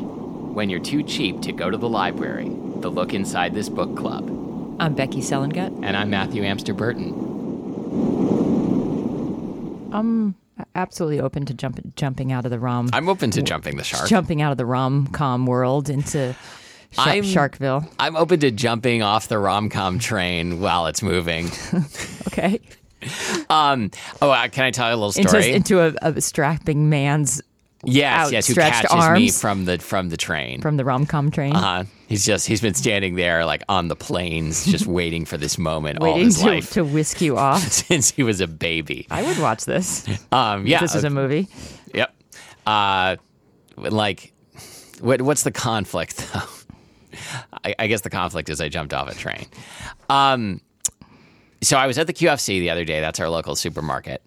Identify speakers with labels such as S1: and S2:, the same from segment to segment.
S1: when you're too cheap to go to the library, the look inside this book club.
S2: I'm Becky Selengut.
S1: And I'm Matthew Amster Burton.
S2: I'm absolutely open to jump, jumping out of the rum,
S1: I'm open to jumping the shark.
S2: jumping out of the rom com world into Sha-
S1: I'm-
S2: Sharkville.
S1: I'm open to jumping off the rom com train while it's moving.
S2: Okay,
S1: Um, oh, uh, can I tell you a little
S2: into
S1: story?
S2: into a, a strapping man's
S1: yes, yes, who
S2: outstretched
S1: catches me
S2: arms.
S1: from the from the train?
S2: from the rom com train.
S1: uh, he's just he's been standing there like on the planes, just waiting for this moment all
S2: Waiting
S1: his
S2: to,
S1: life
S2: to whisk you off.
S1: since he was a baby.
S2: I would watch this.
S1: Um, yeah,
S2: this is a movie.
S1: Yep. Uh, like, what, what's the conflict though? I, I guess the conflict is I jumped off a train. Um, so I was at the QFC the other day. That's our local supermarket.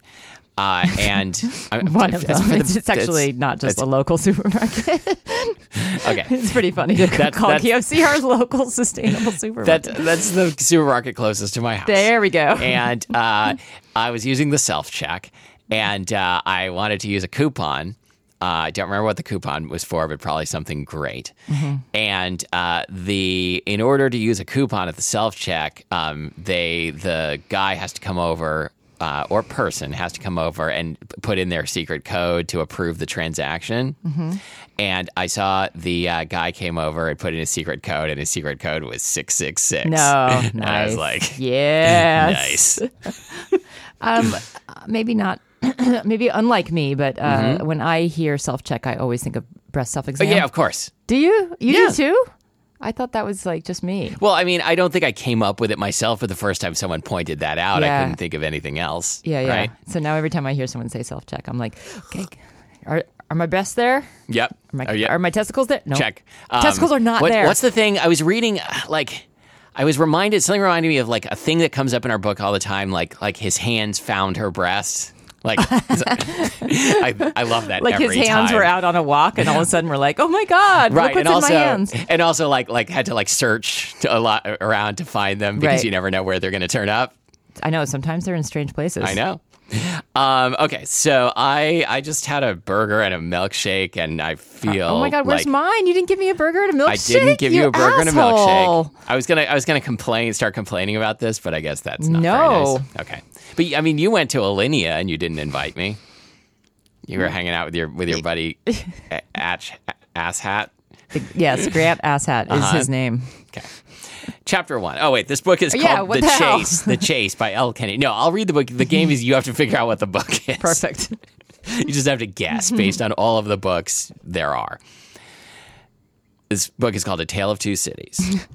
S1: Uh, and I-
S2: One of them.
S1: for the-
S2: It's, it's actually not just a local supermarket.
S1: okay.
S2: It's pretty funny to
S1: That's-
S2: call
S1: that's-
S2: KFC our local sustainable
S1: That
S2: supermarket.
S1: that's the supermarket closest to my house.
S2: there we go.
S1: and uh, I was using the self check, and uh, I wanted to use a coupon. Uh, I don't remember what the coupon was for, but probably something great. And uh, the in order to use a coupon at the self check, um, they the guy has to come over. Uh, or person has to come over and p- put in their secret code to approve the transaction. And I saw the uh, guy came over and put in his secret code, and his secret code was six six six.
S2: no, nice.
S1: and I was like,
S2: yes,
S1: nice.
S2: Um, uh, maybe not maybe unlike me but uh, when i hear self-check i always think of breast self-exam
S1: But Mm-hmm. yeah, of course.
S2: do you you
S1: Yeah.
S2: do too i thought that was like just me
S1: Well, I mean, I don't think I came up with it myself for the first time someone pointed that out. I
S2: Yeah.
S1: couldn't think of anything else.
S2: yeah yeah
S1: Right?
S2: so now every time i hear someone say self-check i'm like okay are, are my breasts there
S1: Yep.
S2: are my,
S1: Oh, yep.
S2: are my testicles there no
S1: Check. Um,
S2: testicles are not
S1: what-
S2: there
S1: What's the thing? I was reading, uh, like, I was reminded, something reminded me of, like, a thing that comes up in our book all the time, like, like his hands found her breasts. Like, I, I love that.
S2: like his
S1: every
S2: hands
S1: time.
S2: were out on a walk and all of a sudden we're like oh my god
S1: Right,
S2: look
S1: and
S2: what's
S1: also,
S2: in my hands
S1: and also, like, like had to like search to a lot around to find them because
S2: Right.
S1: you never know where they're going to turn up.
S2: i know sometimes they're in strange places
S1: I know. Um, okay, so I I just had a burger and a milkshake, and I feel
S2: Oh my God! Where's
S1: like
S2: mine? You didn't give me a burger and a milkshake.
S1: I didn't give you, a burger and a
S2: asshole.
S1: milkshake. I was gonna I was gonna complain, start complaining about this, but I guess that's not
S2: No.
S1: very nice. Okay, but I mean, you went to Alinea and you didn't invite me. You
S2: Mm.
S1: were hanging out with your with your buddy, A- Atch Ass Hat.
S2: Yes, Grant Asshat is
S1: Uh-huh.
S2: his name.
S1: Okay. Chapter one. Oh wait, this book is called
S2: Yeah, what
S1: "The,
S2: the hell?
S1: Chase." The Chase by L. Kennedy. No, I'll read the book. The game is you have to figure out what the book is.
S2: Perfect.
S1: You just have to guess based on all of the books there are. This book is called A Tale of Two Cities.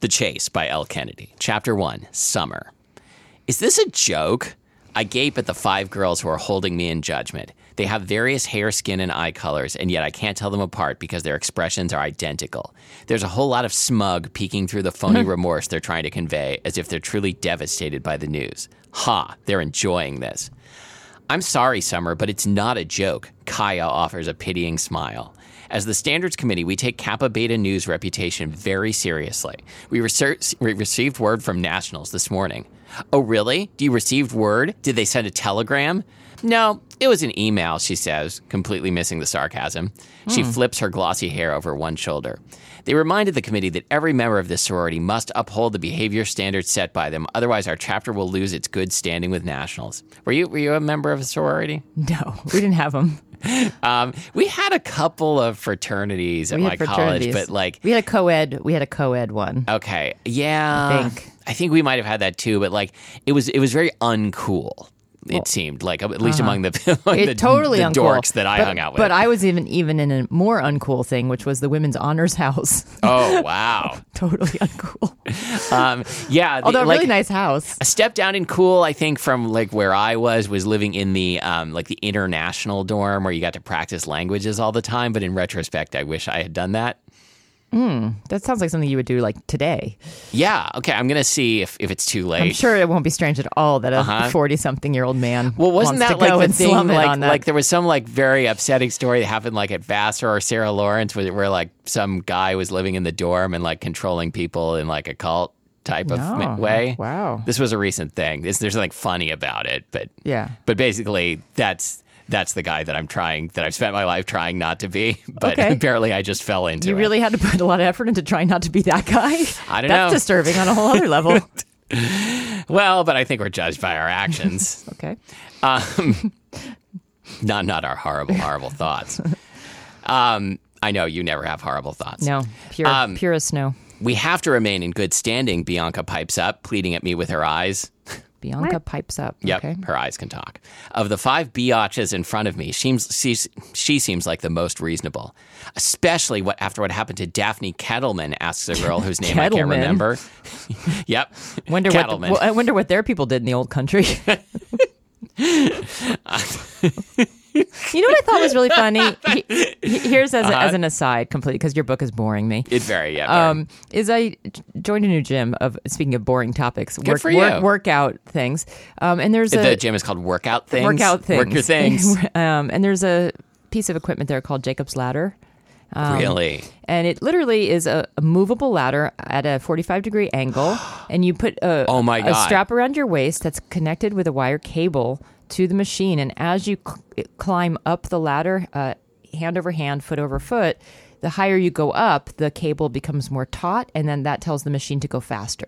S1: the Chase by L. Kennedy. Chapter 1 Summer. Is this a joke? I gape at the five girls who are holding me in judgment. They have various hair, skin, and eye colors, and yet I can't tell them apart because their expressions are identical. There's a whole lot of smug peeking through the phony remorse they're trying to convey as if they're truly devastated by the news. Ha, they're enjoying this. I'm sorry, Summer, but it's not a joke. Kaya offers a pitying smile. As the Standards Committee, we take Kappa Beta News reputation very seriously. We, research, we received word from Nationals this morning. Oh, really? Do you received word? Did they send a telegram? No, it was an email, she says, completely missing the sarcasm. She
S2: Hmm.
S1: flips her glossy hair over one shoulder. They reminded the committee that every member of this sorority must uphold the behavior standards set by them, otherwise our chapter will lose its good standing with nationals. Were you were you a member of a sorority?
S2: No, we didn't have them.
S1: Um, we had a couple of fraternities at
S2: We
S1: my
S2: had fraternities.
S1: college, but like Uh,
S2: we had a co-ed. We had a co-ed one.
S1: okay, yeah,
S2: I think.
S1: I think we might have had that too, but like it was it was very uncool. It seemed like at least among the among
S2: uh-huh. It
S1: the,
S2: totally
S1: the
S2: uncool.
S1: dorks that I
S2: but,
S1: hung out with.
S2: But I was even even in a more uncool thing, which was the women's honors house.
S1: oh wow,
S2: totally uncool.
S1: um, yeah. the-
S2: Although a
S1: like,
S2: really nice house.
S1: a step down in cool i think from like where i was was living in the um, like the international dorm where you got to practice languages all the time but in retrospect i wish i had done that
S2: That sounds like something you would do like today.
S1: yeah okay i'm gonna see if, if it's too late
S2: I'm sure it won't be strange at all that a 40 something year old man
S1: Uh-huh. well wasn't
S2: wants
S1: that
S2: to go
S1: like the
S2: and
S1: thing
S2: slum it
S1: like,
S2: on that.
S1: like there was some like very upsetting story that happened like at vassar or sarah lawrence where, where like some guy was living in the dorm and like controlling people in like a cult type of
S2: No.
S1: way
S2: Wow.
S1: this was a recent thing this, there's nothing funny about it but
S2: yeah.
S1: But basically, that's that's the guy that I'm trying that I've spent my life trying not to be, but
S2: Okay.
S1: apparently I just fell into
S2: You
S1: it.
S2: really had to put a lot of effort into trying not to be that guy.
S1: I don't know.
S2: That's disturbing on a whole other level.
S1: well, but I think we're judged by our actions,
S2: Okay.
S1: not not our horrible horrible thoughts. Um, I know you never have horrible thoughts.
S2: No, pure,
S1: Um,
S2: pure as snow.
S1: We have to remain in good standing, Bianca pipes up, pleading at me with her eyes.
S2: Bianca pipes up.
S1: Yep,
S2: Okay.
S1: her eyes can talk. Of the five biatches in front of me, seems, she, she seems like the most reasonable, especially what after what happened to Daphne Kettleman, asks a girl whose name I can't
S2: Kettleman?
S1: remember. yep.
S2: Wonder what the-
S1: Kettleman.
S2: well, I wonder what their people did in the old country. you know what I thought was really funny? He- he- here's as, a, as an aside, completely because your book is boring me.
S1: it very, Uh-huh. yeah. very.
S2: Um, is I j- joined a new gym of speaking of boring topics, work,
S1: for you.
S2: work- workout things, um, and there's
S1: the
S2: a
S1: gym is called Workout Things.
S2: workout things,
S1: Work your things.
S2: um, and there's a piece of equipment there called Jacob's ladder, Um,
S1: really?
S2: and it literally is a, a movable ladder at a 45 degree angle and you put a,
S1: Oh my
S2: a
S1: God.
S2: strap around your waist that's connected with a wire cable to the machine and as you c- climb up the ladder uh, hand over hand foot over foot the higher you go up the cable becomes more taut and then that tells the machine to go faster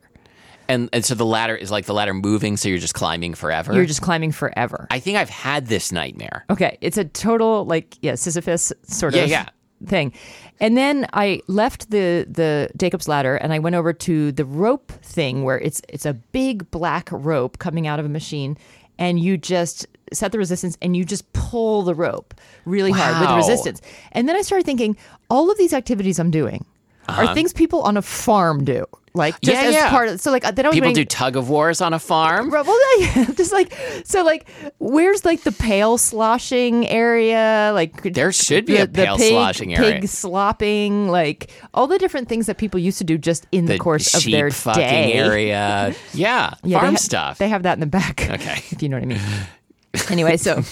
S1: And and so the ladder is like the ladder moving, so you're just climbing forever.
S2: you're just climbing forever
S1: I think I've had this nightmare.
S2: Okay, it's a total like yeah Sisyphus sort
S1: Yeah,
S2: of
S1: yeah.
S2: thing. And then I left the the Jacob's ladder and I went over to the rope thing where it's it's a big black rope coming out of a machine and you just set the resistance and you just pull the rope really hard with the
S1: Wow.
S2: resistance. And then I started thinking all of these activities I'm doing are things people on a farm do. Like just
S1: Uh-huh. Yeah,
S2: as
S1: yeah.
S2: part of so like they don't
S1: People do
S2: even-
S1: tug of wars on a farm.
S2: Right, Well, yeah, just like so, like where's like the pail sloshing area? Like could-
S1: There should be a pail
S2: pig,
S1: sloshing area.
S2: pig slopping, like all the different things that people used to do just in the, course of
S1: sheep
S2: their
S1: fucking
S2: day.
S1: area. Yeah,
S2: Yeah, they
S1: farm
S2: ha-
S1: stuff.
S2: They have that in the back.
S1: Okay.
S2: if you know what I mean. Anyway, so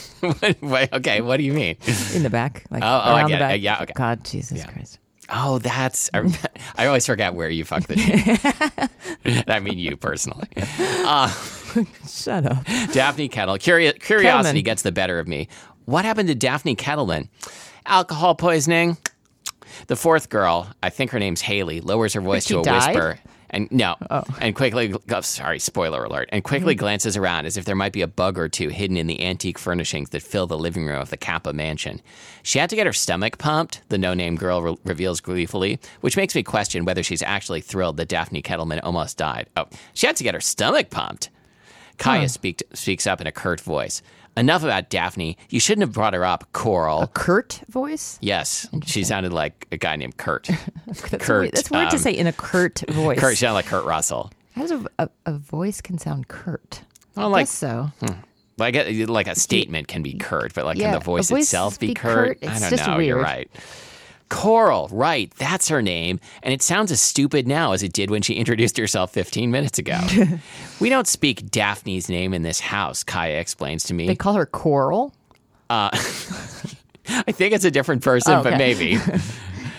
S1: Wait, okay, what do you mean?
S2: in the back, like
S1: oh, I
S2: around
S1: get
S2: the
S1: it.
S2: back.
S1: Uh, yeah, okay.
S2: God, Jesus Christ.
S1: Oh, that's I, I always forget where you fuck the sheep. I mean you personally.
S2: Shut up.
S1: Daphne Kettle. Curio- curiosity
S2: Kettleman.
S1: gets the better of me. What happened to Daphne Kettleman? Alcohol poisoning. The fourth girl, I think her name's Haley, lowers her voice
S2: she
S1: to a
S2: died?
S1: whisper. And no, and quickly, oh, sorry, spoiler alert, and quickly
S2: Hmm.
S1: glances around as if there might be a bug or two hidden in the antique furnishings that fill the living room of the Kappa mansion. She had to get her stomach pumped, the no name girl re- reveals gleefully, which makes me question whether she's actually thrilled that Daphne Kettleman almost died. Oh, she had to get her stomach pumped. Kaya speak, speaks up in a curt voice. Enough about Daphne. You shouldn't have brought her up,
S2: Oh,
S1: Coral.
S2: Kurt voice.
S1: Yes, she sounded like a guy named Kurt.
S2: That's
S1: Kurt,
S2: Weird. That's weird to
S1: um,
S2: say in a curt voice.
S1: Kurt she sounded like Kurt Russell,
S2: How does a, a, a voice can sound curt? I
S1: like- Hmm.
S2: guess so.
S1: like a, like a statement can be curt, but like can
S2: Yeah,
S1: the
S2: a
S1: voice,
S2: voice
S1: itself be
S2: be
S1: curt?
S2: curt? It's
S1: I don't
S2: just
S1: know. You're
S2: weird.
S1: right. Coral, right? That's her name, and it sounds as stupid now as it did when she introduced herself 15 minutes ago. we don't speak Daphne's name in this house. Kaya explains to me.
S2: They call her Coral.
S1: I think it's a different person,
S2: Oh,
S1: but
S2: okay.
S1: maybe,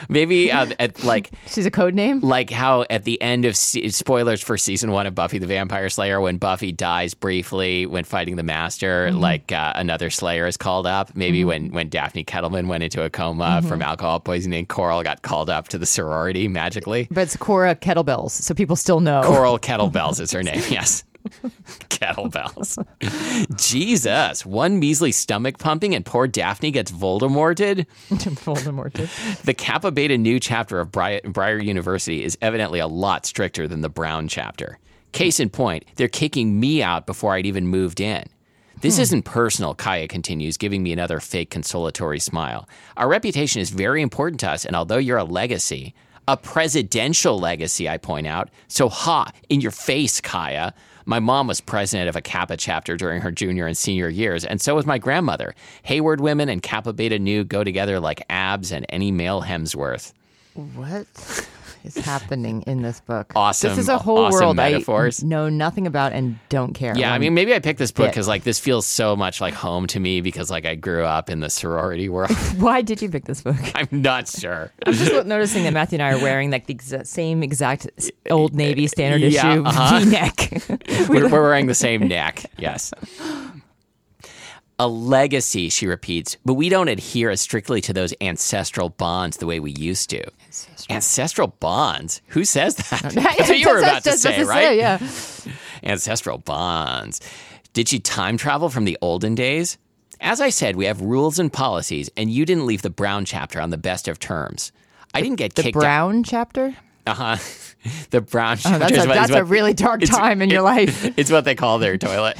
S1: maybe uh, at like
S2: She's a code name.
S1: like how at the end of se- spoilers for season one of Buffy the Vampire Slayer, when Buffy dies briefly when fighting the Master,
S2: Mm-hmm.
S1: like uh, another Slayer is called up. Maybe when when Daphne Kettleman went into a coma
S2: Mm-hmm.
S1: from alcohol poisoning, Coral got called up to the sorority magically.
S2: But it's Cora Kettlebells, so people still know.
S1: Coral Kettlebells is her name. Yes. Kettlebells. Jesus. One measly stomach pumping and poor Daphne gets Voldemorted.
S2: Voldemort did.
S1: The Kappa Beta Nu chapter of Bri- Briar University is evidently a lot stricter than the Brown chapter. Case in point, they're kicking me out before I'd even moved in. This isn't personal, Kaya continues, giving me another fake consolatory smile. Our reputation is very important to us, and although you're a legacy, a presidential legacy, I point out, so ha, in your face, Kaya. My mom was president of a Kappa chapter during her junior and senior years, and so was my grandmother. Hayward women and Kappa Beta Nu go together like abs and any male Hemsworth.
S2: What is happening in this book?
S1: Awesome-
S2: This is a whole
S1: awesome
S2: world
S1: metaphors.
S2: I know nothing about and don't care.
S1: Yeah, I
S2: one
S1: mean, maybe I picked this book
S2: bit.
S1: because like this feels so much like home to me because like I grew up in the sorority world.
S2: Why did you pick this book?
S1: I'm not sure.
S2: I'm just noticing that Matthew and I are wearing like the exa- same exact s- old Navy standard
S1: Yeah,
S2: issue
S1: uh-huh.
S2: V-neck.
S1: we're, we're wearing the same neck. Yes. a legacy, she repeats, but we don't adhere as strictly to those ancestral bonds the way we used to. Ancestral, bonds? Who says that? That's what you were about to
S2: That's what
S1: say,
S2: I
S1: right?
S2: yeah.
S1: Ancestral bonds. Did she time travel from the olden days? As I said, we have rules and policies, and you didn't leave the Brown chapter on the best of terms. I didn't get kicked out.
S2: Brown chapter.
S1: Uh-huh. The Brown chapter.
S2: Oh, that's
S1: is
S2: a,
S1: what- is
S2: that's
S1: what-
S2: a really dark
S1: it's-
S2: time in your life.
S1: It's what they call their toilet.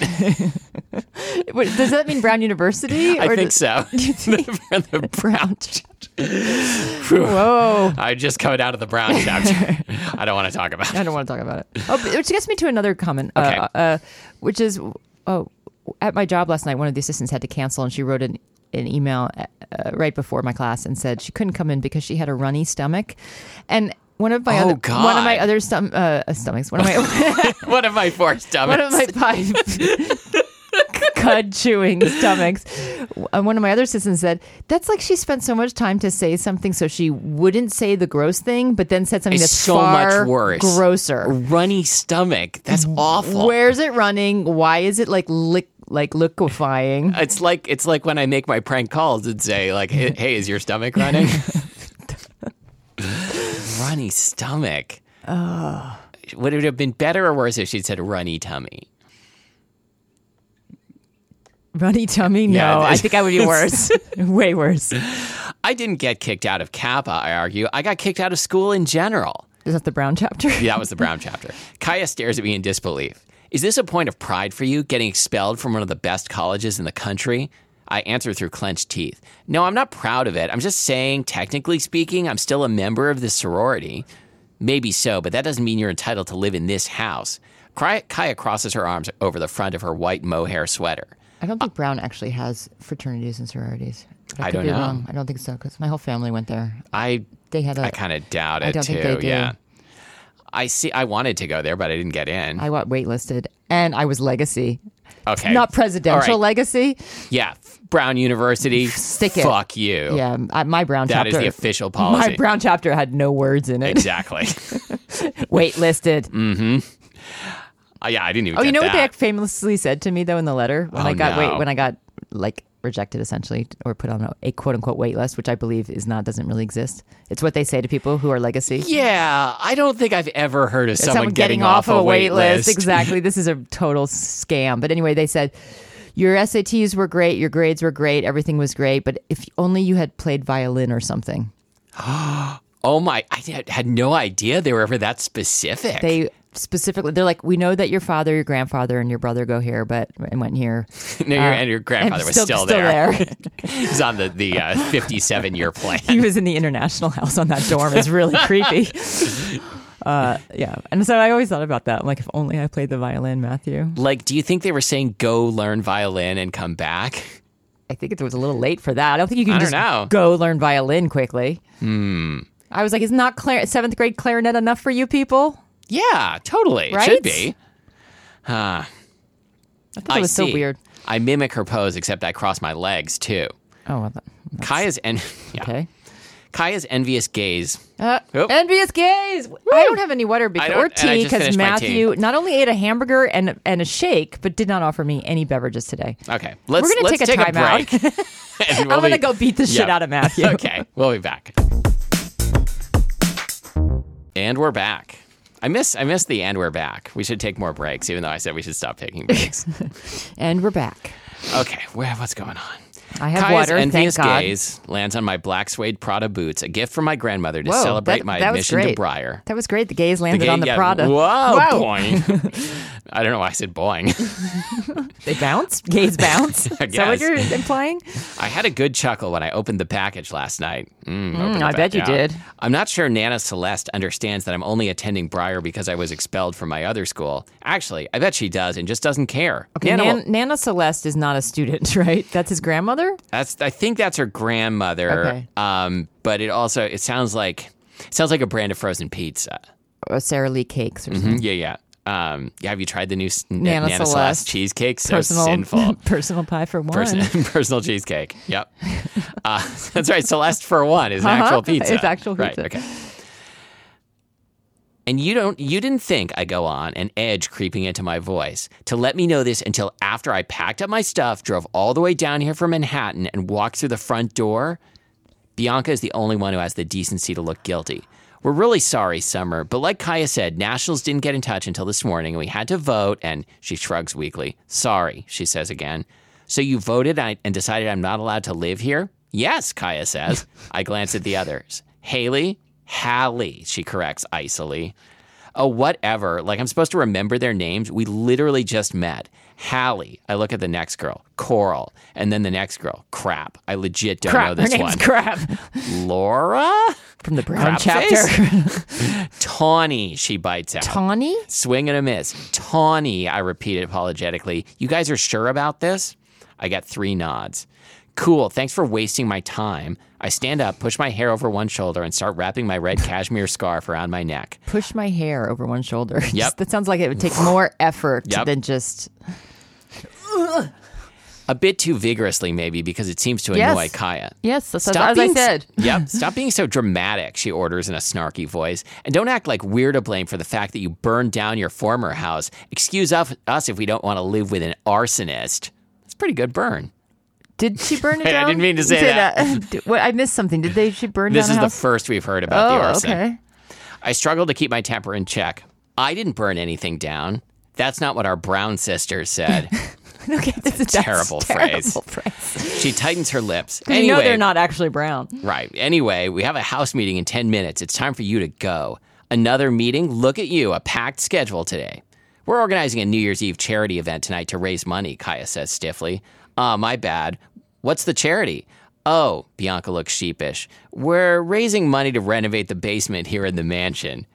S2: Wait, does that mean Brown University?
S1: I think
S2: does-
S1: so. the, the Brown chapter. Whew.
S2: Whoa.
S1: I just coming out of the brown chapter. I don't want to talk about
S2: I
S1: it.
S2: don't want to talk about it. Oh, but- which gets me to another comment, uh,
S1: Okay.
S2: uh, which is oh, at my job last night, one of the assistants had to cancel, and she wrote an, an email uh, right before my class and said she couldn't come in because she had a runny stomach, and one of my
S1: Oh,
S2: other, one of my
S1: God.
S2: other stom- uh, uh, stomachs, one of my
S1: One of my four stomachs.
S2: one of my five cud chewing stomachs. And one of my other assistants said, That's like she spent so much time to say something so she wouldn't say the gross thing, but then said something
S1: It's
S2: that's
S1: so much
S2: far
S1: worse.
S2: grosser. Mm,
S1: Runny stomach. That's awful.
S2: Where's it running? Why is it like lick, like liquefying?
S1: it's like it's like when I make my prank calls and say like, "Hey, hey, is your stomach running?" runny stomach. Would it have been better or worse if she'd said runny tummy?
S2: Runny tummy? No,
S1: Yeah, it
S2: I
S1: is.
S2: think I would be worse. Way worse. Is
S1: I didn't get kicked out of Kappa. I argue. I got kicked out of school in general.
S2: that the brown chapter?
S1: Yeah, that was the Brown chapter. Kaya stares at me in disbelief. Is this a point of pride for you, getting expelled from one of the best colleges in the country? I answer through clenched teeth. No, I'm not proud of it. I'm just saying, technically speaking, I'm still a member of this sorority. Maybe so, but that doesn't mean you're entitled to live in this house. Kaya Kaya crosses her arms over the front of her white mohair sweater.
S2: I don't think Brown actually has fraternities and sororities.
S1: I
S2: could
S1: don't
S2: be
S1: know.
S2: Wrong. I don't think so because my whole family went there.
S1: I
S2: They had a.
S1: I kind of doubt it
S2: don't
S1: too.
S2: think they do.
S1: Yeah. I see I wanted to go there, but I didn't get in.
S2: I got waitlisted and I was legacy.
S1: Okay.
S2: Not
S1: All
S2: presidential
S1: right.
S2: legacy.
S1: Yeah, f- Brown University.
S2: Stick it.
S1: Fuck you.
S2: Yeah, I- my brown
S1: Oh. That is
S2: chapter.
S1: the official
S2: my
S1: policy.
S2: brown chapter had no words in it.
S1: exactly.
S2: waitlisted.
S1: Uh, yeah, I didn't even.
S2: oh,
S1: get
S2: you know what they
S1: that.
S2: ac- famously said to me though in the letter when
S1: Oh,
S2: I got wait
S1: no.
S2: when I got like rejected essentially or put on a, a quote unquote wait list, which I believe is not doesn't really exist. It's what they say to people who are legacy.
S1: Yeah, I don't think I've ever heard of someone,
S2: getting, off
S1: a
S2: a wait
S1: list.
S2: list. Exactly. This is a total scam. But anyway, they said your SATs were great, your grades were great, everything was great, but if only you had played violin or something.
S1: Oh my! I d- had no idea they were ever that specific.
S2: They specifically, they're like, we know that your father, your grandfather, and your brother go here, but and went here.
S1: no, your, and your grandfather
S2: and
S1: was
S2: still-
S1: still,
S2: still there.
S1: He's on the the uh, fifty-seven year plan.
S2: he was in the international house on that dorm. It's really creepy. Uh, yeah, and so I always thought about that. I'm like, if only I played the violin, Matthew.
S1: Like, do you think they were saying go learn violin and come back?
S2: I think it was a little late for that. I don't think you can
S1: I don't
S2: just
S1: know.
S2: go learn violin quickly. Hmm. I was like, is not clar- seventh grade clarinet enough for you people?
S1: Yeah, totally. It
S2: Right?
S1: should be.
S2: I thought it was so
S1: see.
S2: weird.
S1: I mimic her pose, except I cross my legs too.
S2: Oh, well, that-
S1: Kaya's en- yeah.
S2: okay.
S1: Kaya's envious gaze.
S2: Uh,
S1: Oop.
S2: envious gaze. I don't have any water beca-
S1: don't-
S2: or
S1: and Oh. I
S2: tea
S1: just
S2: because
S1: finished my
S2: Matthew not only ate a hamburger and and a shake, but did not offer me any beverages today.
S1: Okay, let's
S2: We're gonna
S1: let's
S2: take a timeout.
S1: break. And we'll
S2: I'm gonna
S1: be-
S2: go beat the
S1: Yeah.
S2: shit out of Matthew.
S1: okay, we'll be back. And we're back. I miss I miss the and we're back. We should take more breaks, even though I said we should stop taking breaks.
S2: And we're back.
S1: okay, where, what's going on?
S2: I have
S1: Kaya's
S2: water.
S1: envious
S2: Thank God.
S1: gaze lands on my black suede Prada boots, a gift from my grandmother to
S2: Whoa,
S1: celebrate
S2: that-
S1: my
S2: that was
S1: admission to
S2: great.
S1: Briar.
S2: That was great. The gaze landed on the
S1: yeah,
S2: Prada.
S1: Whoa,
S2: Wow.
S1: boing. I don't know why I said boing.
S2: They bounce? Gaze bounce? Is that
S1: guess.
S2: what you're implying?
S1: I had a good chuckle when I opened the package last night. Mm, open it
S2: Hmm, I
S1: back
S2: bet you
S1: up.
S2: did.
S1: I'm not sure Nana Celeste understands that I'm only attending Briar because I was expelled from my other school. Actually, I bet she does and just doesn't care. Nana will-
S2: Nan- Nana Celeste is not a student, right? That's his grandmother?
S1: that's I think that's her grandmother.
S2: Okay.
S1: Um, but it also it sounds like it sounds like a brand of frozen pizza.
S2: Or Sara Lee Cakes
S1: Mm-hmm.
S2: or something.
S1: Yeah, yeah. Um, yeah, have you tried the new s- N-
S2: Mm-hmm. Nana
S1: Nana,
S2: Celeste.
S1: Celeste cheesecake? So
S2: Personal,
S1: sinful.
S2: personal pie for one.
S1: Person, personal cheesecake. Yep. Uh, that's right. Celeste for one is an
S2: Uh-huh.
S1: actual pizza.
S2: It's actual
S1: Right.
S2: pizza.
S1: Okay. And you don't you didn't think I go on an edge creeping into my voice to let me know this until after I packed up my stuff, drove all the way down here from Manhattan and walked through the front door. Bianca is the only one who has the decency to look guilty. We're really sorry, Summer, but like Kaya said, Nationals didn't get in touch until this morning and we had to vote and she shrugs weakly. Sorry, she says again. So you voted and and decided I'm not allowed to live here? Yes, Kaya says. I glance at the others. Haley, Hallie, she corrects icily. Oh, whatever. Like, I'm supposed to remember their names. We literally just met. Hallie. I look at the next girl, Coral. And then the next girl, crap. I legit don't know
S2: Crap. Her
S1: this
S2: name's
S1: one.
S2: Crap
S1: Laura?
S2: from the Brown
S1: Crap
S2: chapter.
S1: Tawny, she bites out.
S2: Tawny.
S1: Swing and a miss. Tawny, I repeated apologetically. You guys are sure about this? I got three nods. Cool, thanks for wasting my time. I stand up, push my hair over one shoulder, and start wrapping my red cashmere scarf around my neck.
S2: Push my hair over one shoulder. Just-
S1: Yep.
S2: that sounds like it would take more effort
S1: Yep.
S2: than just
S1: A bit too vigorously, maybe, because it seems to
S2: Yes.
S1: annoy Kaya.
S2: yes. That's,
S1: Stop
S2: as I
S1: being s-
S2: said.
S1: yep. Stop being so dramatic, she orders in a snarky voice. And don't act like we're to blame for the fact that you burned down your former house. Excuse us us if we don't want to live with an arsonist. That's a pretty good burn.
S2: Did she burn it
S1: Hey, I
S2: down?
S1: didn't mean to say that.
S2: that. What- I missed something. Did they? She burn
S1: This
S2: down
S1: is
S2: a
S1: the
S2: house?
S1: first we've heard about the
S2: oh,
S1: arson.
S2: okay.
S1: I struggled to keep my temper in check. I didn't burn anything down. That's not what our brown sister said.
S2: okay. That's a
S1: terrible phrase.
S2: Terrible phrase.
S1: she tightens her lips.
S2: 'Cause
S1: Anyway,
S2: you know they're not actually brown.
S1: Right. Anyway, we have a house meeting in 10 minutes. It's time for you to go. Another meeting? Look at you, a packed schedule today. We're organizing a New Year's Eve charity event tonight to raise money, Kaya says stiffly. Ah, my bad. What's the charity? Oh, Bianca looks sheepish. We're raising money to renovate the basement here in the mansion.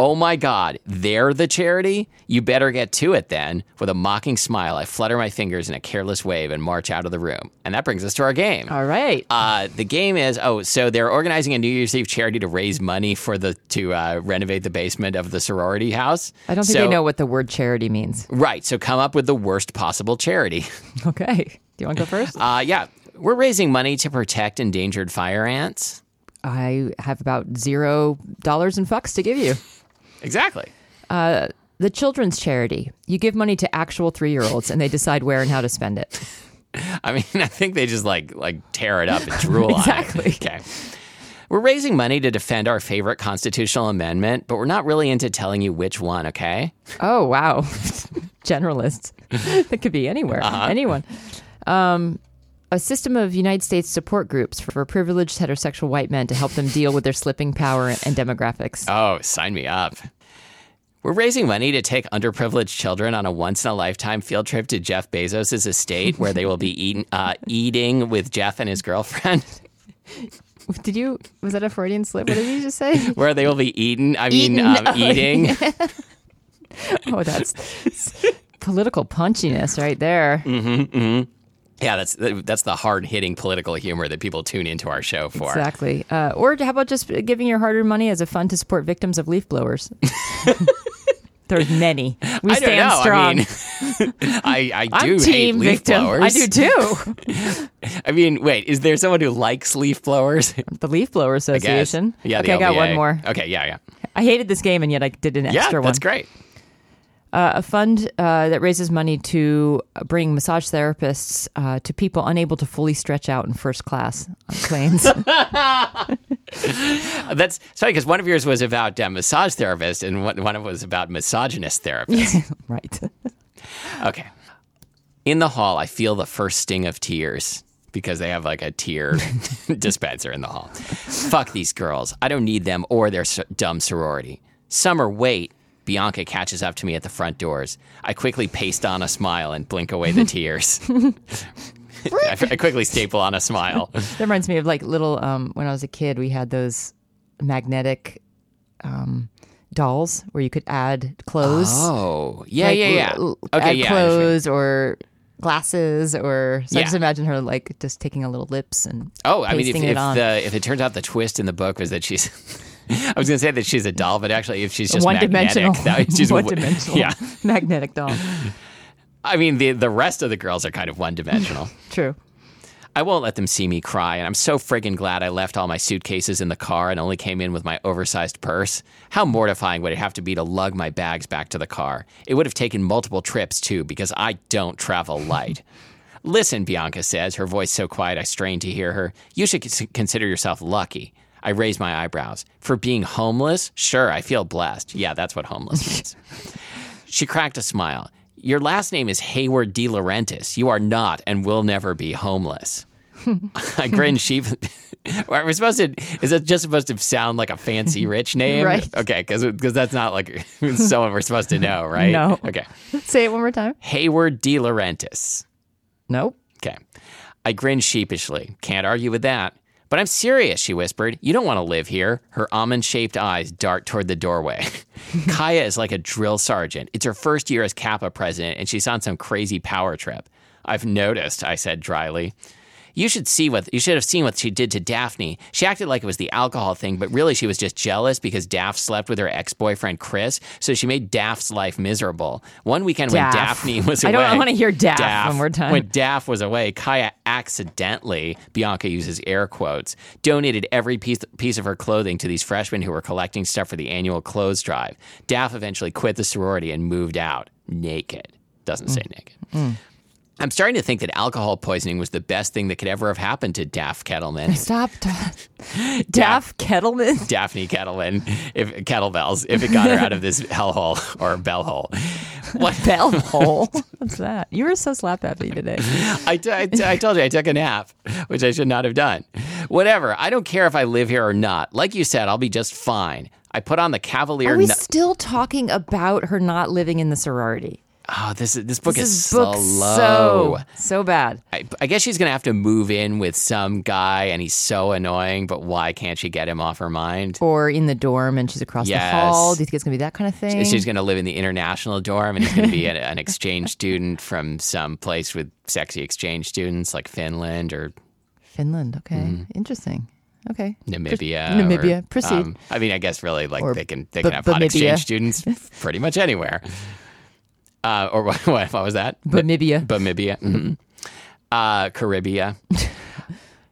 S1: oh my God, they're the charity? You better get to it then. With a mocking smile, I flutter my fingers in a careless wave and march out of the room. And that brings us to our game.
S2: All right.
S1: Uh, the game is oh, so they're organizing a New Year's Eve charity to raise money for the to uh, renovate the basement of the sorority house.
S2: I don't think
S1: so,
S2: they know what the word charity means.
S1: Right, so come up with the worst possible charity.
S2: Okay. Do you want to go first?
S1: Uh, yeah, we're raising money to protect endangered fire ants.
S2: I have about zero dollars in fucks to give you.
S1: Exactly.
S2: The children's charity. You give money to actual three year olds and they decide where and how to spend it.
S1: I mean, I think they just like like tear it up and drool on
S2: Exactly.
S1: it. Okay. We're raising money to defend our favorite constitutional amendment, but we're not really into telling you which one, okay?
S2: Oh, wow. Generalists. that could be anywhere,
S1: Uh-huh.
S2: anyone. Um, a system of United States support groups for privileged heterosexual white men to help them deal with their slipping power and demographics.
S1: Oh, sign me up. We're raising money to take underprivileged children on a once in a lifetime field trip to Jeff Bezos' estate where they will be eaten, uh, eating with Jeff and his girlfriend,
S2: Did you, was that a Freudian slip? What did you just say?
S1: where they will be eaten, I mean,
S2: Eaten,
S1: um,
S2: oh,
S1: eating.
S2: Oh, that's political punchiness right there.
S1: Mm, Yeah, that's that's the hard hitting political humor that people tune into our show for.
S2: Exactly. Uh, or how about just giving your hard earned money as a fund to support victims of leaf blowers? There's many. We
S1: I don't
S2: stand
S1: know.
S2: strong.
S1: I mean, I, I
S2: am
S1: do hate
S2: team
S1: leaf
S2: victim.
S1: blowers.
S2: I do too.
S1: I mean, wait, is there someone who likes leaf blowers? I
S2: the Leaf Blower
S1: guess.
S2: Association.
S1: Yeah, the
S2: okay, I got one
S1: LBA.
S2: more.
S1: Okay, yeah, yeah.
S2: I hated this game, and yet I did an
S1: Yeah,
S2: extra one.
S1: that's great.
S2: Uh, a fund uh, that raises money to bring massage therapists uh, to people unable to fully stretch out in first class on planes.
S1: That's it's funny because one of yours was about uh, massage therapist and one, one of was about misogynist therapist.
S2: right.
S1: okay. In the hall, I feel the first sting of tears because they have like a tear dispenser in the hall. Fuck these girls. I don't need them or their so- dumb sorority. Summer, wait. Bianca catches up to me at the front doors. I quickly paste on a smile and blink away the tears. I I quickly staple on a smile.
S2: That reminds me of like little um, when I was a kid, we had those magnetic um, dolls where you could add clothes,
S1: Oh, yeah,
S2: Like,
S1: yeah, yeah.
S2: l- l-
S1: okay,
S2: add
S1: yeah. I understand.
S2: clothes or glasses or. So I
S1: Yeah.
S2: just imagine her like just taking a little lips and
S1: Oh, I mean, if,
S2: pasting
S1: if
S2: it on.
S1: the if it turns out the twist in the book was that she's, I was going to say that she's a doll, but actually, if she's just
S2: one
S1: magnetic,
S2: dimensional,
S1: that- she's
S2: one
S1: w-
S2: dimensional,
S1: Yeah,
S2: magnetic doll.
S1: I mean, the the rest of the girls are kind of one dimensional.
S2: True.
S1: I won't let them see me cry, and I'm so friggin' glad I left all my suitcases in the car and only came in with my oversized purse. How mortifying would it have to be to lug my bags back to the car? It would have taken multiple trips, too, because I don't travel light. Listen, Bianca says, her voice so quiet I strain to hear her. You should cons- consider yourself lucky. I raise my eyebrows. For being homeless? Sure, I feel blessed. Yeah, that's what homeless means. She cracked a smile. Your last name is Hayward De Laurentiis. You are not and will never be homeless. I grinned. She. Are we supposed to? Is that just supposed to sound like a fancy rich name?
S2: Right.
S1: Okay, because that's not like someone we're supposed to know, right?
S2: No.
S1: Okay.
S2: Say it one more time.
S1: Hayward De Laurentiis.
S2: Nope.
S1: Okay. I grinned sheepishly. Can't argue with that. But I'm serious, she whispered. You don't want to live here. Her almond shaped eyes dart toward the doorway. Kaya is like a drill sergeant. It's her first year as Kappa president, and she's on some crazy power trip. I've noticed, I said dryly. You should see what you should have seen what she did to Daphne. She acted like it was the alcohol thing, but really she was just jealous because Daphne slept with her ex-boyfriend Chris, so she made Daphne's life miserable. One weekend when
S2: Daph.
S1: Daphne was
S2: I
S1: away,
S2: don't- I wanna hear Daph
S1: Daph.
S2: one more time.
S1: When Daff was away, Kaya accidentally, Bianca uses air quotes, donated every piece, piece of her clothing to these freshmen who were collecting stuff for the annual clothes drive. Daff eventually quit the sorority and moved out naked.
S2: Mm.
S1: Doesn't say naked. I'm starting to think that alcohol poisoning was the best thing that could ever have happened to Daff Kettleman.
S2: Stop. Daff Kettleman.
S1: Daphne Kettleman, if kettlebells, if it got her out of this hellhole or bellhole. What
S2: Bell hole. What's that? You were so slap happy today.
S1: I, t- I, t- I told you I took a nap, which I should not have done. Whatever. I don't care if I live here or not. Like you said, I'll be just fine. I put on the Cavalier.
S2: Are we
S1: no-
S2: still talking about her not living in the sorority?
S1: oh, this is, this book
S2: This
S1: is
S2: is book
S1: so
S2: so
S1: low.
S2: so bad.
S1: I, I guess she's gonna have to move in with some guy, and he's so annoying. But why can't she get him off her mind?
S2: Or in the dorm, and she's across
S1: Yes.
S2: the hall. Do you think it's gonna be that kind of thing?
S1: She's gonna live in the international dorm, and he's gonna be an, an exchange student from some place with sexy exchange students, like Finland or
S2: Finland. Okay, interesting. Okay,
S1: Mm-hmm. Namibia.
S2: Pr- Namibia.
S1: or, um,
S2: Proceed.
S1: I mean, I guess really, like
S2: Or
S1: they can they
S2: B-
S1: can have hot
S2: Bamibia.
S1: exchange students pretty much anywhere. Uh, or what, what? What was that?
S2: Bamibia.
S1: Bamibia. mhm. Uh, Caribia.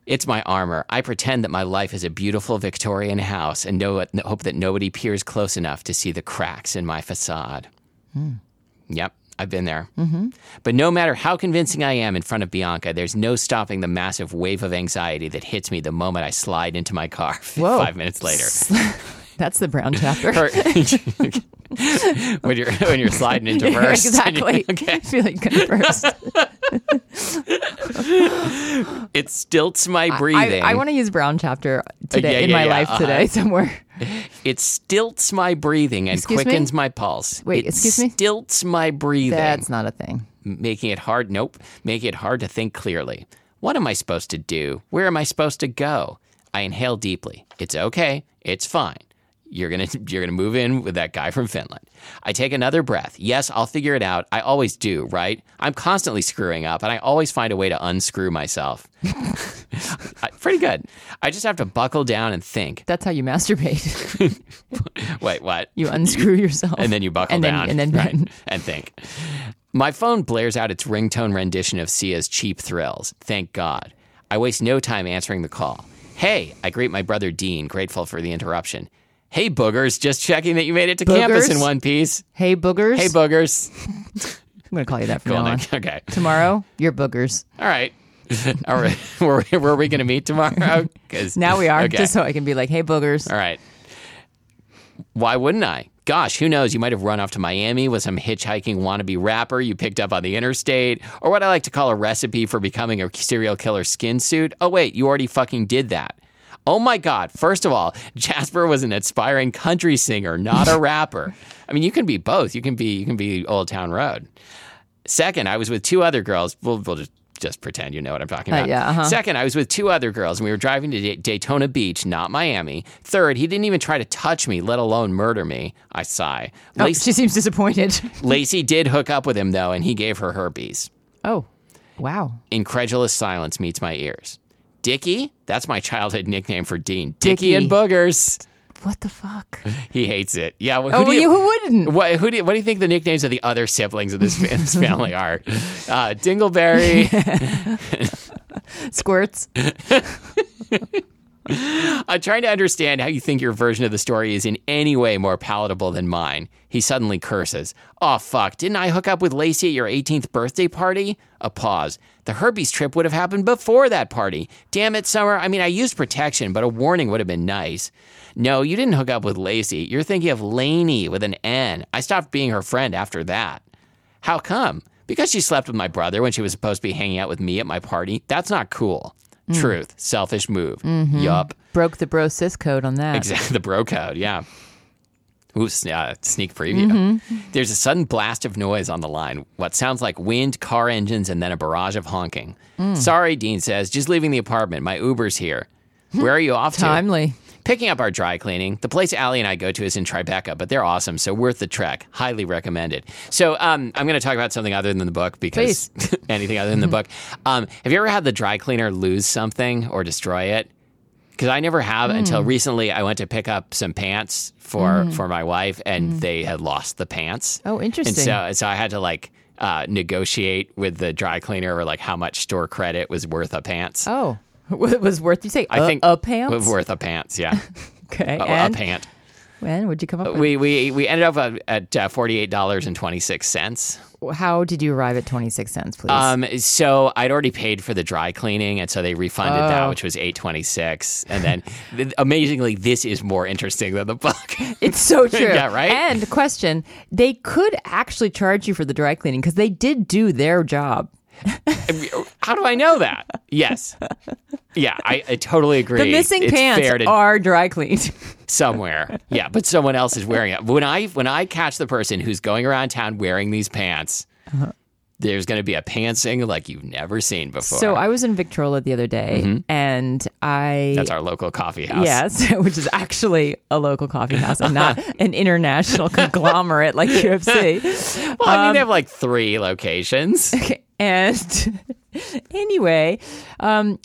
S1: It's my armor. I pretend that my life is a beautiful Victorian house and know, hope that nobody peers close enough to see the cracks in my facade.
S2: Hmm.
S1: Yep, I've been there. Mm-hmm. But no matter how convincing I am in front of Bianca, there's no stopping the massive wave of anxiety that hits me the moment I slide into my car
S2: Whoa.
S1: five minutes later.
S2: That's the brown chapter.
S1: Or- when you're when you're sliding into
S2: Yeah,
S1: verse, and you-
S2: exactly. I feel like you're gonna burst.
S1: it stilts my breathing. Uh,
S2: I, I want to use brown chapter today
S1: yeah,
S2: in
S1: yeah,
S2: my
S1: yeah,
S2: life
S1: uh-huh.
S2: today somewhere.
S1: It stilts my breathing and
S2: Excuse me?
S1: quickens my pulse.
S2: Wait,
S1: it
S2: excuse me?
S1: Stilts my breathing,
S2: That's not a thing.
S1: making it hard. Nope, making it hard to think clearly. What am I supposed to do? Where am I supposed to go? I inhale deeply. It's okay. It's fine. You're gonna you're gonna move in with that guy from Finland. I take another breath. Yes, I'll figure it out. I always do, right? I'm constantly screwing up, and I always find a way to unscrew myself. I- pretty good. I just have to buckle down and think.
S2: That's how you masturbate.
S1: Wait, what?
S2: You unscrew yourself,
S1: and then you buckle
S2: and then,
S1: down
S2: and then
S1: right, and think. My phone blares out its ringtone rendition of Sia's Cheap Thrills. Thank God. I waste no time answering the call. Hey, I greet my brother Dean, grateful for the interruption. Hey, boogers, just checking that you made it to campus
S2: Boogers?
S1: in one piece.
S2: Hey boogers.
S1: Hey, boogers.
S2: I'm gonna call you that from
S1: Well,
S2: now on.
S1: then- okay.
S2: Tomorrow, you're boogers.
S1: All right. All right. were, we- were we going to meet tomorrow? 'Cause-
S2: Now we are,
S1: Okay.
S2: just so I can be like, hey boogers.
S1: All right. Why wouldn't I? Gosh, who knows? You might have run off to Miami with some hitchhiking wannabe rapper you picked up on the interstate, or what I like to call a recipe for becoming a serial killer skin suit. Oh, wait, you already fucking did that. Oh my God. First of all, Jasper was an aspiring country singer, not a rapper. I mean, you can be both. You can be you can be Old Town Road. Second, I was with two other girls. We'll, we'll just just pretend you know what I'm talking
S2: Uh,
S1: about.
S2: yeah, uh-huh.
S1: Second, I was with two other girls, and we were driving to Da- Daytona Beach, not Miami. Third, he didn't even try to touch me, let alone murder me. I sigh.
S2: Oh,
S1: Lace-
S2: she seems disappointed.
S1: Lacey did hook up with him though, and he gave her herpes.
S2: Oh, wow.
S1: Incredulous silence meets my ears. Dickie, that's my childhood nickname for Dean. Dickie,
S2: Dickie.
S1: and boogers.
S2: What the fuck?
S1: He hates it. Yeah. Well, who
S2: Oh,
S1: do
S2: well, you, who wouldn't?
S1: What, who do you, what do you think the nicknames of the other siblings of this, fa- this family are? Uh, Dingleberry,
S2: Squirts.
S1: I'm trying to understand how you think your version of the story is in any way more palatable than mine. He suddenly curses. Oh, fuck. Didn't I hook up with Lacey at your 18th birthday party? A pause. The herpes trip would have happened before that party. Damn it, Summer. I mean, I used protection, but a warning would have been nice. No, you didn't hook up with Lacey. You're thinking of Laney with an N. I stopped being her friend after that. How come? Because she slept with my brother when she was supposed to be hanging out with me at my party. That's not cool. Truth. Selfish move. Yup.
S2: Broke the bro sis code on that.
S1: Exactly. The bro code, yeah. Ooh, sn- uh, sneak preview. There's a sudden blast of noise on the line, what sounds like wind, car engines, and then a barrage of honking. Sorry, Dean says, just leaving the apartment. My Uber's here. Where are you off to?
S2: Timely.
S1: Picking up our dry cleaning. The place Allie and I go to is in Tribeca, but they're awesome, so worth the trek. Highly recommended. So um, I'm going to talk about something other than the book because anything other than the book. Um, have you ever had the dry cleaner lose something or destroy it? because I never have
S2: Hmm.
S1: until recently. I went to pick up some pants for for my wife, and they had lost the pants.
S2: Hmm. Oh, interesting.
S1: And so, and so I had to like uh, negotiate with the dry cleaner over like how much store credit was worth a pants.
S2: Oh, it was worth you say? uh,
S1: I think
S2: a pants.
S1: was worth a pants. Yeah,
S2: Okay,
S1: a, a
S2: and
S1: pant. Uh,
S2: when would you come up? with?
S1: We we we ended up at, at uh, forty eight dollars and twenty six cents.
S2: How did you arrive at twenty six cents, please?
S1: Um, so I'd already paid for the dry cleaning, and so they refunded
S2: Oh.
S1: that, which was eight twenty six. And then, th- amazingly, this is more interesting than the book.
S2: It's so true.
S1: Yeah, right?
S2: And question, they could actually charge you for the dry cleaning because they did do their job.
S1: How do I know that? Yes. Yeah, I, I totally agree.
S2: The missing
S1: It's
S2: pants
S1: fair to-
S2: are dry cleaned.
S1: somewhere. Yeah, but someone else is wearing it. When I when I catch the person who's going around town wearing these pants,
S2: Uh-huh.
S1: there's going to be a pantsing like you've never seen before.
S2: so I was in Victrola the other day and I
S1: That's our local coffee house.
S2: Yes, which is actually a local coffee house and not an international conglomerate like UFC.
S1: Well, I mean,
S2: Um,
S1: they have like three locations.
S2: And anyway, um,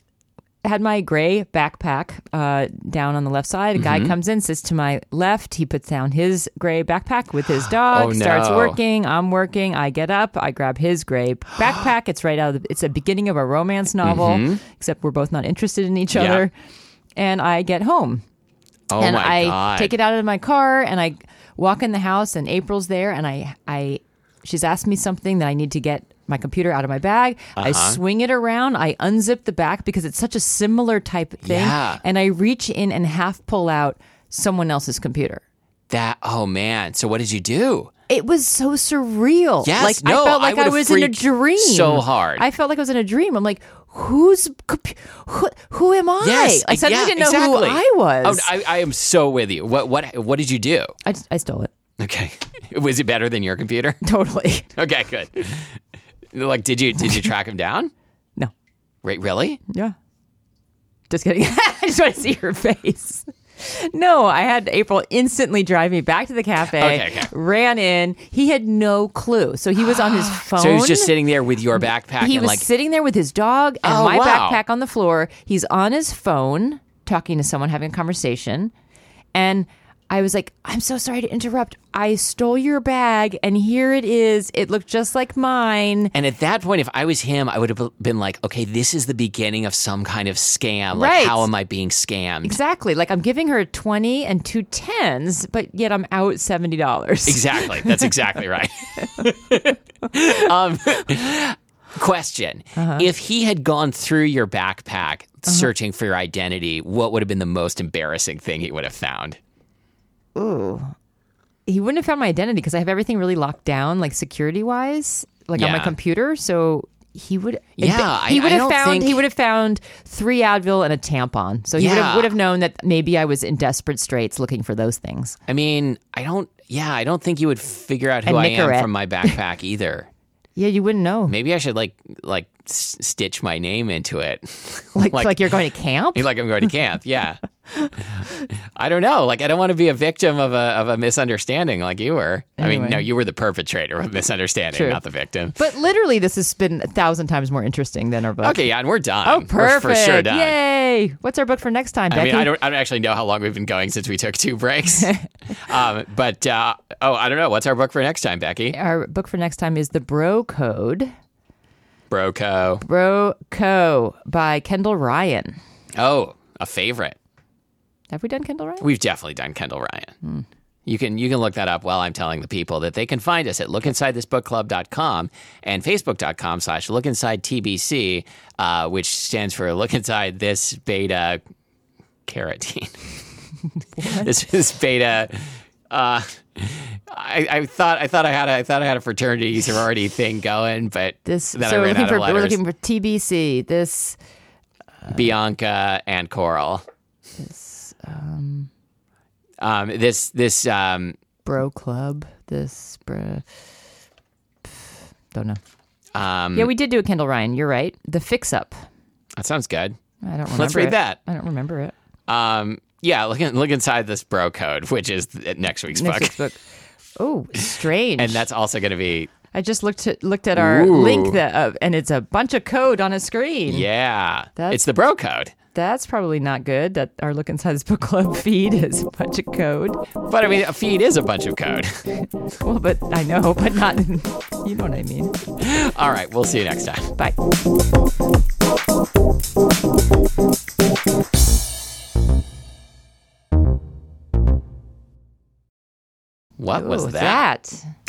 S2: I had my gray backpack uh, down on the left side. A guy
S1: Mm-hmm.
S2: comes in, sits to my left. He puts down his gray backpack with his dog.
S1: Oh,
S2: Starts
S1: no.
S2: working. I'm working. I get up. I grab his gray backpack. It's right out of the. It's the beginning of a romance novel,
S1: Mm-hmm.
S2: except we're both not interested in each other. And I get home
S1: Oh
S2: and
S1: my
S2: I
S1: god!
S2: take it out of my car and I walk in the house and April's there and I I she's asked me something that I need to get my computer out of my bag. I
S1: Uh-huh.
S2: swing it around. I unzip the back because it's such a similar type thing.
S1: Yeah.
S2: And I reach in and half pull out someone else's computer.
S1: that. Oh man! So what did you do?
S2: It was so surreal.
S1: Yes,
S2: like
S1: no,
S2: I felt
S1: I
S2: like I,
S1: would've
S2: was in a
S1: freaked
S2: dream.
S1: so hard.
S2: I felt like I was in a dream. I'm like, who's compu- who? Who am I?
S1: Yes,
S2: I suddenly
S1: yeah,
S2: didn't know
S1: exactly.
S2: who I was.
S1: Oh, I, I am so with you. What what what did you do?
S2: I, I stole it
S1: Okay, was it better than your computer?
S2: totally.
S1: Okay, good. Like, did you did you track him down?
S2: No.
S1: Wait, really?
S2: Yeah. Just kidding. I just want to see her face. No, I had April instantly drive me back to the cafe.
S1: Okay, okay.
S2: Ran in. He had no clue. So he was on his phone.
S1: So he was just sitting there with your backpack
S2: He
S1: and
S2: was
S1: like,
S2: sitting there with his dog and
S1: Oh,
S2: my
S1: wow.
S2: backpack on the floor. He's on his phone talking to someone, having a conversation. And I was like, I'm so sorry to interrupt. I stole your bag and here it is. It looked just like mine.
S1: and at that point, if I was him, I would have been like, okay, this is the beginning of some kind of scam. Like,
S2: Right.
S1: how am I being scammed?
S2: Exactly. Like I'm giving her a 20 and two tens, but yet I'm out $70.
S1: Exactly. That's exactly right. um, question:
S2: Uh-huh.
S1: If he had gone through your backpack searching for your identity, what would have been the most embarrassing thing he would have found?
S2: He wouldn't have found my identity because I have everything really locked down, like security wise, like on my
S1: Yeah.
S2: computer. So he would,
S1: Yeah, I-
S2: he would
S1: I
S2: have
S1: don't
S2: found
S1: think-
S2: he would have found three Advil and a tampon. So he would,
S1: Yeah.
S2: have, would have known that maybe I was in desperate straits looking for those things.
S1: I mean, I don't. Yeah, I don't think you would figure out who
S2: And
S1: I am
S2: Nicorette.
S1: from my backpack either.
S2: Yeah, you wouldn't know.
S1: Maybe I should like like s- stitch my name into it.
S2: Like, like, you're going to camp.
S1: like I'm going to camp. Yeah. I don't know. Like I don't want to be a victim of a of a misunderstanding like you were. I mean,
S2: Anyway.
S1: no, you were the perpetrator of misunderstanding,
S2: True.
S1: not the victim.
S2: But literally, this has been a thousand times more interesting than our book.
S1: Okay, yeah, and we're done.
S2: Oh, perfect.
S1: We're for sure done.
S2: Yay. What's our book for next time,
S1: I
S2: Becky?
S1: mean, I don't, I don't actually know how long we've been going since we took two breaks. um, but, uh, oh, I don't know. What's our book for next time, Becky?
S2: our book for next time is The Bro Code.
S1: Broco.
S2: Bro Co by Kendall Ryan.
S1: Oh, a favorite.
S2: Have we done Kendall Ryan?
S1: We've definitely done Kendall Ryan. You can you can look that up while I'm telling the people that they can find us at lookinsidethisbookclub.com and facebook.com slash lookinsidetbc, uh, which stands for Look Inside This Beta Carotene. this is beta. Uh, I, I thought I thought I had a, I thought I had a fraternity sorority thing going, but
S2: This
S1: then
S2: so
S1: I
S2: we're
S1: ran
S2: looking
S1: out
S2: for
S1: of
S2: we're
S1: letters.
S2: looking for TBC. This
S1: Bianca and Coral. um, this this um,
S2: Bro Club. This bro. Don't know.
S1: Hmm.
S2: yeah, we did do a Kendall Ryan. You're right. The Fix Up.
S1: um, that sounds good.
S2: I don't remember.
S1: Let's read
S2: it.
S1: that.
S2: I don't remember it.
S1: Um, yeah, look in, look inside this bro code, which is th- next week's
S2: Next
S1: book,
S2: week's book. Oh, strange.
S1: and that's also going to be
S2: I just looked at, looked at our
S1: Ooh.
S2: link that, uh, and it's a bunch of code on a screen.
S1: yeah,
S2: That's-
S1: it's the bro code.
S2: That's probably not good. That our look inside this book club feed is a bunch of code.
S1: But I mean, a feed is a bunch of code.
S2: Well, but I know, but not. you know what I mean.
S1: All right, we'll see you next time.
S2: Bye.
S1: What
S2: Ooh,
S1: was that?
S2: that?